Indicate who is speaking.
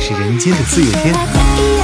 Speaker 1: 是人间的四月天。